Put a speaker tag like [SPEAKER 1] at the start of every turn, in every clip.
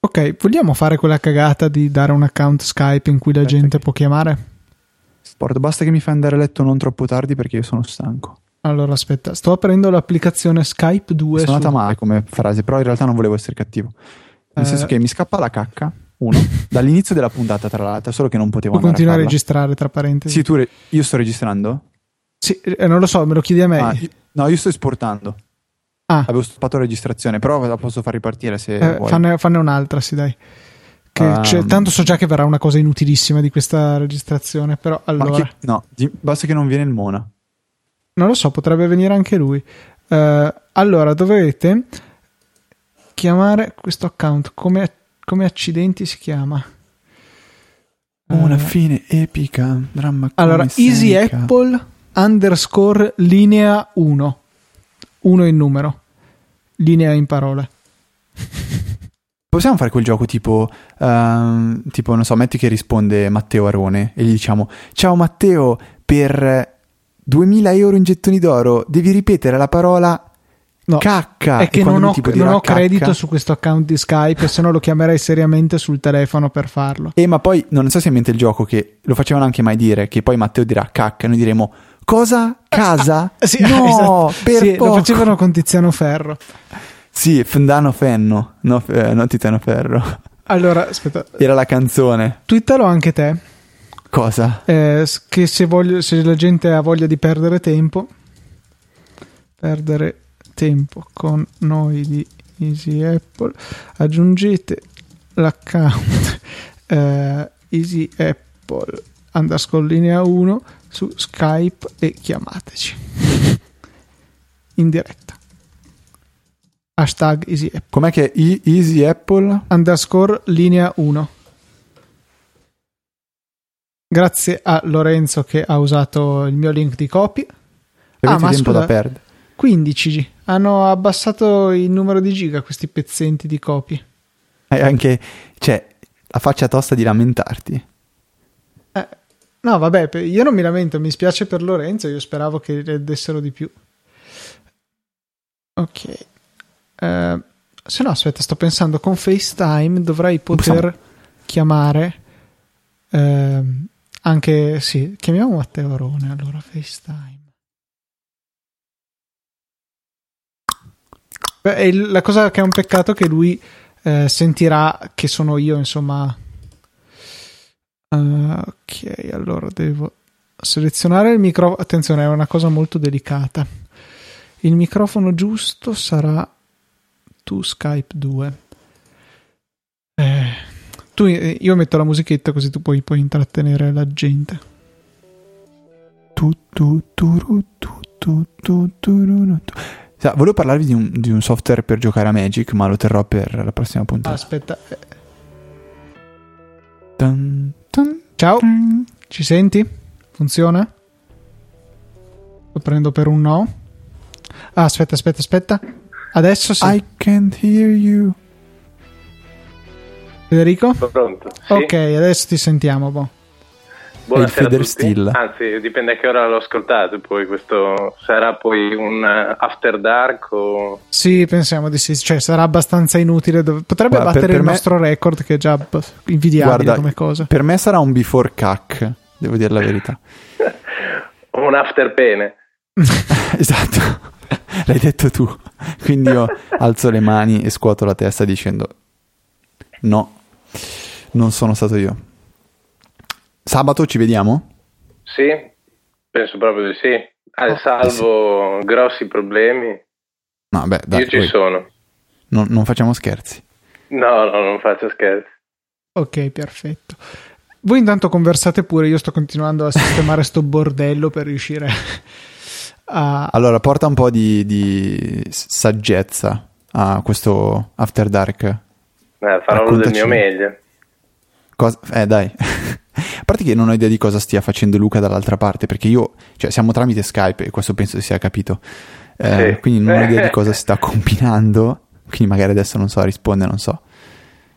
[SPEAKER 1] Ok, vogliamo fare quella cagata di dare un account Skype in cui la
[SPEAKER 2] Aspetta
[SPEAKER 1] gente
[SPEAKER 2] che-
[SPEAKER 1] può chiamare?
[SPEAKER 2] Sport, basta che mi fai andare a letto non troppo tardi perché io sono stanco.
[SPEAKER 1] Allora, aspetta, sto aprendo l'applicazione Skype 2.
[SPEAKER 2] Mi sono
[SPEAKER 1] su-
[SPEAKER 2] andata male come frase, però in realtà non volevo essere cattivo. Nel
[SPEAKER 1] Eh.
[SPEAKER 2] senso che mi scappa la cacca, uno, dall'inizio della puntata tra l'altro, solo che non potevo
[SPEAKER 1] Puoi
[SPEAKER 2] andare a
[SPEAKER 1] continuare a
[SPEAKER 2] farla.
[SPEAKER 1] registrare, tra parentesi.
[SPEAKER 2] Sì, tu re- io sto registrando?
[SPEAKER 1] Sì, eh, non lo so, me lo chiedi a me. Eh,
[SPEAKER 2] Ah, io- no, io sto esportando.
[SPEAKER 1] Ah.
[SPEAKER 2] Avevo stoppato la registrazione, però la posso far ripartire se
[SPEAKER 1] Eh,
[SPEAKER 2] vuoi.
[SPEAKER 1] fanne, fanne un'altra, sì, dai. Che
[SPEAKER 2] Ah,
[SPEAKER 1] c'è-
[SPEAKER 2] mm.
[SPEAKER 1] tanto so già che verrà una cosa inutilissima di questa registrazione, però
[SPEAKER 2] Ma
[SPEAKER 1] allora.
[SPEAKER 2] chi- no, di- basta che non viene il Mona.
[SPEAKER 1] Non lo so, potrebbe venire anche lui. Eh, allora, dovete chiamare questo account. Come, come accidenti si chiama?
[SPEAKER 2] Una
[SPEAKER 1] Eh,
[SPEAKER 2] fine epica, dramma
[SPEAKER 1] allora, Easy Apple underscore linea 1. 1 in numero. Linea in parole.
[SPEAKER 2] Possiamo fare quel gioco tipo, ehm, tipo, non so, metti che risponde Matteo Arone e gli diciamo Ciao Matteo, per 2000 euro in gettoni d'oro devi ripetere la parola
[SPEAKER 1] No,
[SPEAKER 2] cacca.
[SPEAKER 1] è
[SPEAKER 2] E
[SPEAKER 1] che
[SPEAKER 2] quando
[SPEAKER 1] non ho,
[SPEAKER 2] lui tipo
[SPEAKER 1] non
[SPEAKER 2] dirà
[SPEAKER 1] ho
[SPEAKER 2] cacca-
[SPEAKER 1] credito su questo account di Skype, se no lo chiamerei seriamente sul telefono per farlo.
[SPEAKER 2] E Eh, ma poi, non so se è in mente il gioco che lo facevano anche mai dire, che poi Matteo dirà cacca e noi diremo Cosa? Casa? no,
[SPEAKER 1] esatto.
[SPEAKER 2] per
[SPEAKER 1] Sì, lo
[SPEAKER 2] poco."
[SPEAKER 1] facevano con Tiziano Ferro.
[SPEAKER 2] Sì, Fendano Fenno, no, eh, non Titano Ferro.
[SPEAKER 1] Allora, aspetta,
[SPEAKER 2] Era la canzone.
[SPEAKER 1] twittalo anche te.
[SPEAKER 2] Cosa?
[SPEAKER 1] eh, s- che se, voglio- se la gente ha voglia di perdere tempo, perdere tempo con noi di Easy Apple, aggiungete l'account eh, Easy Apple underscore linea 1 su Skype e chiamateci in diretta. Hashtag Easy Apple
[SPEAKER 2] Com'è che è E- Easy Apple?
[SPEAKER 1] underscore linea 1. Grazie a Lorenzo che ha usato il mio link di copy.
[SPEAKER 2] Avete
[SPEAKER 1] Ah, ma
[SPEAKER 2] tempo
[SPEAKER 1] scusa.
[SPEAKER 2] da perdere.
[SPEAKER 1] 15 G. hanno abbassato il numero di giga questi pezzenti di copy.
[SPEAKER 2] E anche, cioè, la faccia tosta di lamentarti.
[SPEAKER 1] Eh, no, vabbè, pe- io non mi lamento, mi spiace per Lorenzo, io speravo che le dessero di più. Ok. Eh, se no, aspetta, sto pensando con FaceTime dovrei poter
[SPEAKER 2] Possiamo-
[SPEAKER 1] chiamare ehm, anche sì, chiamiamo Matteo Arone, allora FaceTime. Beh, e il- la cosa che è un peccato è che lui eh, sentirà che sono io, insomma, Ah, ok, allora devo selezionare il microfono. Attenzione, è una cosa molto delicata. Il microfono giusto sarà tu Skype 2. Eh, tu, eh, io metto la musichetta così tu puoi, puoi intrattenere la gente.
[SPEAKER 2] Tu, tu, tu, ru, tu, tu, tu, tu, ru, ru, tu. Sa, volevo parlarvi di un, di un software per giocare a Magic, ma lo terrò per la prossima
[SPEAKER 1] Ah,
[SPEAKER 2] puntata.
[SPEAKER 1] aspetta. eh,
[SPEAKER 2] Dun, dun,
[SPEAKER 1] Ciao,
[SPEAKER 2] dun.
[SPEAKER 1] ci senti? Funziona? Lo prendo per un no. Ah, aspetta, aspetta, aspetta. Adesso sì.
[SPEAKER 2] I can't hear you.
[SPEAKER 1] Federico?
[SPEAKER 3] Pronto? Sì?
[SPEAKER 1] Ok, adesso ti sentiamo. boh.
[SPEAKER 2] È
[SPEAKER 3] Buonasera
[SPEAKER 2] il
[SPEAKER 3] a
[SPEAKER 2] Feder
[SPEAKER 3] tutti.
[SPEAKER 2] Still.
[SPEAKER 3] Anzi, dipende a che ora l'ho ascoltato. Poi questo sarà poi un eh, after dark o
[SPEAKER 1] Sì, pensiamo di sì, cioè sarà abbastanza inutile. dov- Potrebbe
[SPEAKER 2] Guarda, per-
[SPEAKER 1] battere
[SPEAKER 2] per
[SPEAKER 1] il
[SPEAKER 2] me-
[SPEAKER 1] nostro record che è già b- invidiabile
[SPEAKER 2] Guarda,
[SPEAKER 1] come cosa.
[SPEAKER 2] per me sarà un before cac, devo dire la verità.
[SPEAKER 3] o un after pene.
[SPEAKER 2] esatto, l'hai detto tu. Quindi io alzo le mani e scuoto la testa dicendo no, non sono stato io. Sabato ci vediamo?
[SPEAKER 3] Sì? Penso proprio di sì. Ah,
[SPEAKER 2] Oh,
[SPEAKER 3] salvo grossi problemi,
[SPEAKER 2] No, beh, dai,
[SPEAKER 3] io ci
[SPEAKER 2] voi,
[SPEAKER 3] sono.
[SPEAKER 2] non, non facciamo scherzi.
[SPEAKER 3] No, no, non faccio scherzi.
[SPEAKER 1] Ok, perfetto. Voi intanto conversate pure, io sto continuando a sistemare sto bordello per riuscire a...
[SPEAKER 2] Allora, porta un po' di, di saggezza a questo After Dark.
[SPEAKER 3] Eh, farò del
[SPEAKER 2] Raccontaci.
[SPEAKER 3] mio meglio.
[SPEAKER 2] Cosa- Eh, dai. A parte che non ho idea di cosa stia facendo Luca dall'altra parte, perché io, cioè, siamo tramite Skype e questo penso sia capito. Eh,
[SPEAKER 3] Sì.
[SPEAKER 2] Quindi non ho idea di cosa sta combinando. Quindi magari adesso non so, risponde, non so.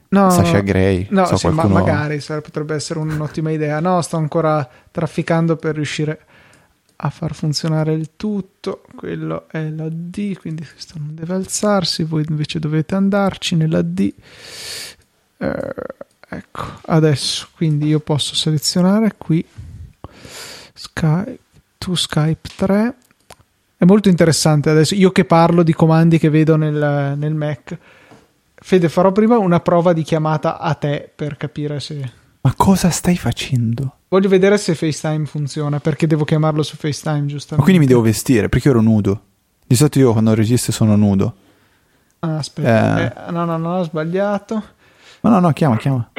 [SPEAKER 1] No,
[SPEAKER 2] Sasha Grey.
[SPEAKER 1] no,
[SPEAKER 2] so
[SPEAKER 1] sì, ma
[SPEAKER 2] qualcuno-
[SPEAKER 1] magari sare- potrebbe essere un'ottima idea. No, sto ancora trafficando per riuscire a far funzionare il tutto. Quello è la D, quindi questo non deve alzarsi. Voi invece dovete andarci nella D. Eh, ecco, adesso quindi io posso selezionare qui Skype, to Skype 3. È molto interessante adesso. Io che parlo di comandi che vedo nel, nel Mac. Fede, farò prima una prova di chiamata a te per capire se.
[SPEAKER 2] Ma cosa stai facendo?
[SPEAKER 1] Voglio vedere se FaceTime funziona perché devo chiamarlo su FaceTime,
[SPEAKER 2] Ma
[SPEAKER 1] giustamente.
[SPEAKER 2] quindi mi devo vestire perché ero nudo. Di solito io quando registro sono nudo.
[SPEAKER 1] Ah, aspetta, Eh, no, no, no, ho sbagliato.
[SPEAKER 2] Ma no, no, chiama, chiama.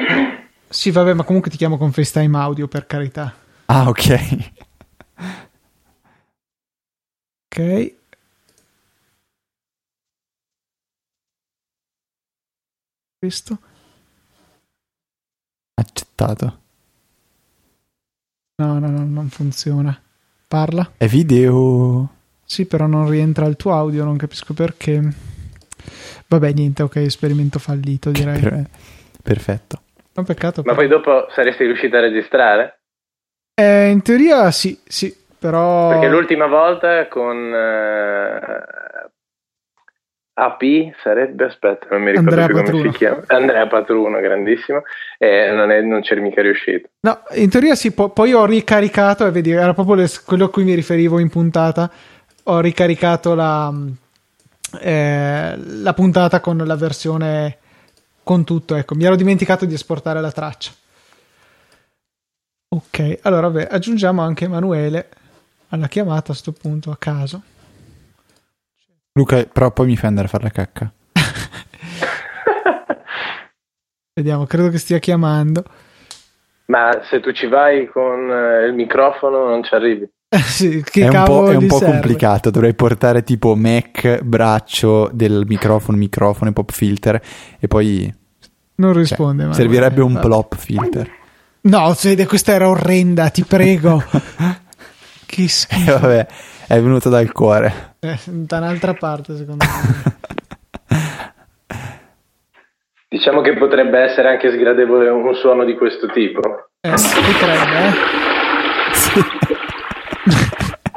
[SPEAKER 1] Sì, vabbè, ma comunque ti chiamo con FaceTime audio per carità.
[SPEAKER 2] Ah, ok.
[SPEAKER 1] Ok. Questo.
[SPEAKER 2] Accettato.
[SPEAKER 1] No, no, no, non funziona. Parla.
[SPEAKER 2] È video.
[SPEAKER 1] Sì, però non rientra il tuo audio, non capisco perché. Vabbè, niente, ok, esperimento fallito direi.
[SPEAKER 2] Per- Perfetto.
[SPEAKER 1] Un peccato.
[SPEAKER 3] Ma poi dopo saresti riuscito a registrare?
[SPEAKER 1] Eh, in teoria sì, sì, però...
[SPEAKER 3] Perché l'ultima volta con eh, AP sarebbe, aspetta, non mi ricordo
[SPEAKER 1] Andrea
[SPEAKER 3] più come
[SPEAKER 1] Patruno.
[SPEAKER 3] si chiama. Andrea Patruno, grandissimo, e non, è- non c'eri mica riuscito.
[SPEAKER 1] No, in teoria sì, po- poi ho ricaricato, e vedi, era proprio le- quello a cui mi riferivo in puntata, ho ricaricato la, mh, eh, la puntata con la versione con tutto, ecco, mi ero dimenticato di esportare la traccia. Ok, allora vabbè, aggiungiamo anche Emanuele alla chiamata a sto punto a caso.
[SPEAKER 2] Luca, però poi mi fai andare a fare la cacca.
[SPEAKER 1] Vediamo, credo che stia chiamando.
[SPEAKER 3] Ma se tu ci vai con eh, il microfono non ci arrivi.
[SPEAKER 1] Sì, che
[SPEAKER 2] è un po',
[SPEAKER 1] cavolo
[SPEAKER 2] è un
[SPEAKER 1] gli
[SPEAKER 2] po'
[SPEAKER 1] serve?
[SPEAKER 2] complicato. Dovrei portare tipo Mac, braccio del microfono, microfono e pop filter. E poi
[SPEAKER 1] Non
[SPEAKER 2] cioè,
[SPEAKER 1] risponde. Emanuele.
[SPEAKER 2] servirebbe un
[SPEAKER 1] Vabbè.
[SPEAKER 2] plop filter.
[SPEAKER 1] No, Fede, questa era orrenda, ti prego. che
[SPEAKER 2] E
[SPEAKER 1] schifo.
[SPEAKER 2] Eh, vabbè, è venuto dal cuore.
[SPEAKER 1] Eh, da un'altra parte, secondo me.
[SPEAKER 3] Diciamo che potrebbe essere anche sgradevole un suono di questo tipo.
[SPEAKER 1] Eh, potrebbe,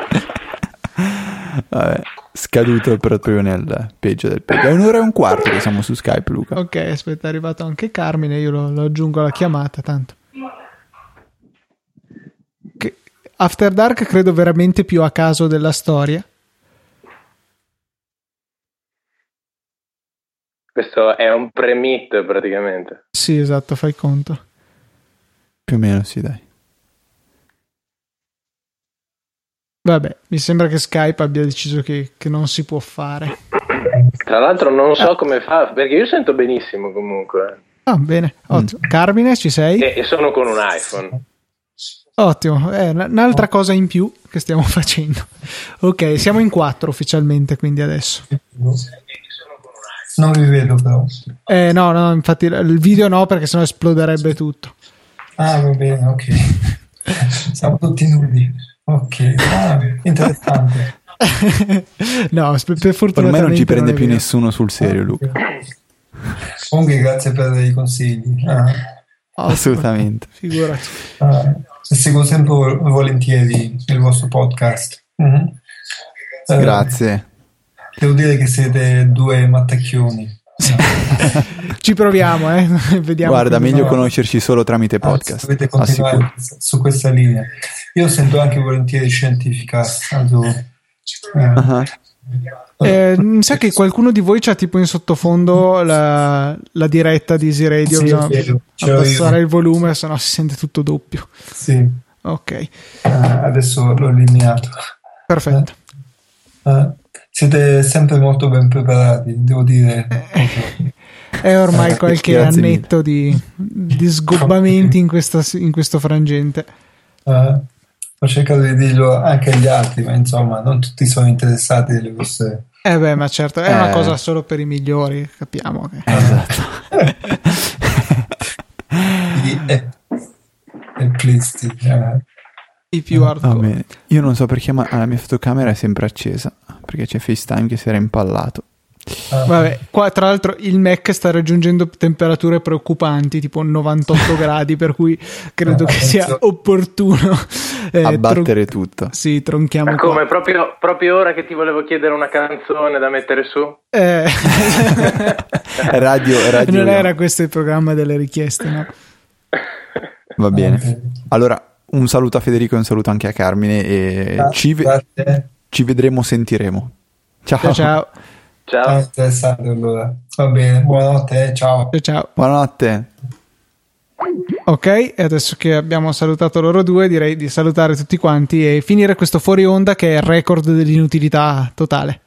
[SPEAKER 1] eh.
[SPEAKER 2] Vabbè, scaduto proprio nel peggio del peggio. È un'ora e un quarto che siamo su Skype, Luca.
[SPEAKER 1] Ok, aspetta, è arrivato anche Carmine, io lo, lo aggiungo alla chiamata, tanto. Che- After Dark credo veramente più a caso della storia.
[SPEAKER 3] Questo è un pre-meet praticamente.
[SPEAKER 1] Sì, esatto, fai conto.
[SPEAKER 2] Più o meno, sì, dai.
[SPEAKER 1] Vabbè, mi sembra che Skype abbia deciso che, che non si può fare.
[SPEAKER 3] Tra l'altro non so come fa, perché io sento benissimo comunque.
[SPEAKER 1] Ah, bene, ottimo. Carmine, ci sei?
[SPEAKER 3] E, e sono con un iPhone.
[SPEAKER 1] Ottimo, è un-
[SPEAKER 2] Oh.
[SPEAKER 1] un'altra cosa in più che stiamo facendo. Ok, siamo in quattro ufficialmente, quindi adesso.
[SPEAKER 4] Non vi vedo però.
[SPEAKER 1] Eh, no, no, infatti il video no, perché sennò esploderebbe tutto.
[SPEAKER 4] Ah, va bene, ok. Siamo tutti nudi. Ok, ah, interessante.
[SPEAKER 1] no, sp- per fortuna.
[SPEAKER 2] Ormai non ci prende più
[SPEAKER 1] nessuno.
[SPEAKER 2] nessuno
[SPEAKER 1] Ah,
[SPEAKER 2] sul serio, Luca.
[SPEAKER 4] Comunque, grazie per i consigli. Ah,
[SPEAKER 2] Assolutamente.
[SPEAKER 1] Figurati.
[SPEAKER 4] ah, seguo sempre vol- volentieri il vostro podcast. Mhm. Eh,
[SPEAKER 2] Grazie.
[SPEAKER 4] Devo dire che siete due mattacchioni.
[SPEAKER 1] Ci proviamo, eh. Vediamo.
[SPEAKER 2] Guarda,
[SPEAKER 1] come
[SPEAKER 2] meglio
[SPEAKER 1] va.
[SPEAKER 2] conoscerci solo tramite podcast.
[SPEAKER 4] Ah,
[SPEAKER 2] ah,
[SPEAKER 4] Dovete
[SPEAKER 2] Assicuro.
[SPEAKER 4] continuare su questa linea. Io sento anche volentieri scientifica.
[SPEAKER 2] Ah,
[SPEAKER 1] Eh, mi sa che qualcuno di voi c'ha tipo in sottofondo la, la diretta di Easy Radio.
[SPEAKER 4] Sì,
[SPEAKER 1] Bisogna
[SPEAKER 4] sì, lo- ce l'ho io.
[SPEAKER 1] abbassare il volume, sennò si sente tutto doppio.
[SPEAKER 2] Eh,
[SPEAKER 4] Sì,
[SPEAKER 1] Ok,
[SPEAKER 4] ah, adesso l'ho eliminato.
[SPEAKER 1] perfetto.
[SPEAKER 4] Eh, siete sempre molto ben preparati, devo dire.
[SPEAKER 1] È ormai qualche
[SPEAKER 2] Eh, grazie mille.
[SPEAKER 1] annetto di, di sgobbamenti in, questa- in questo frangente.
[SPEAKER 4] Eh, ho cercato di dirlo anche agli altri, ma insomma, non tutti sono interessati alle vostre.
[SPEAKER 1] Eh beh, ma certo, è una
[SPEAKER 2] Eh.
[SPEAKER 1] cosa solo per i migliori, capiamo. che-
[SPEAKER 4] i- e- e plisti, eh.
[SPEAKER 1] I più
[SPEAKER 2] Va
[SPEAKER 1] hardcore.
[SPEAKER 2] bene. Io non so perché, ma la mia fotocamera è sempre accesa. Perché c'è FaceTime che si era impallato.
[SPEAKER 4] Ah,
[SPEAKER 1] Vabbè, qua tra l'altro il Mac sta raggiungendo temperature preoccupanti, tipo 98 gradi, per cui credo
[SPEAKER 4] Eh,
[SPEAKER 1] che sia
[SPEAKER 4] penso-
[SPEAKER 1] opportuno eh,
[SPEAKER 2] Abbattere
[SPEAKER 1] tron-
[SPEAKER 2] tutto.
[SPEAKER 1] Sì, tronchiamo.
[SPEAKER 3] Ma
[SPEAKER 1] qua.
[SPEAKER 3] come? Proprio, proprio ora che ti volevo chiedere una canzone da mettere su?
[SPEAKER 1] Eh,
[SPEAKER 2] Radio- radio-
[SPEAKER 1] Non era questo il programma delle richieste, no?
[SPEAKER 2] Va bene.
[SPEAKER 4] Ah, ok.
[SPEAKER 2] Allora, un saluto a Federico e un saluto anche a Carmine e
[SPEAKER 4] Ah,
[SPEAKER 2] ci, ve-
[SPEAKER 4] Grazie.
[SPEAKER 2] ci vedremo, sentiremo.
[SPEAKER 1] Ciao, ciao,
[SPEAKER 4] Ah,
[SPEAKER 3] Ciao.
[SPEAKER 4] interessante allora. Va bene, buonanotte, ciao.
[SPEAKER 1] ciao, ciao.
[SPEAKER 2] Buonanotte.
[SPEAKER 1] Ok, e adesso che abbiamo salutato loro due, direi di salutare tutti quanti e finire questo fuori onda che è il record dell'inutilità totale.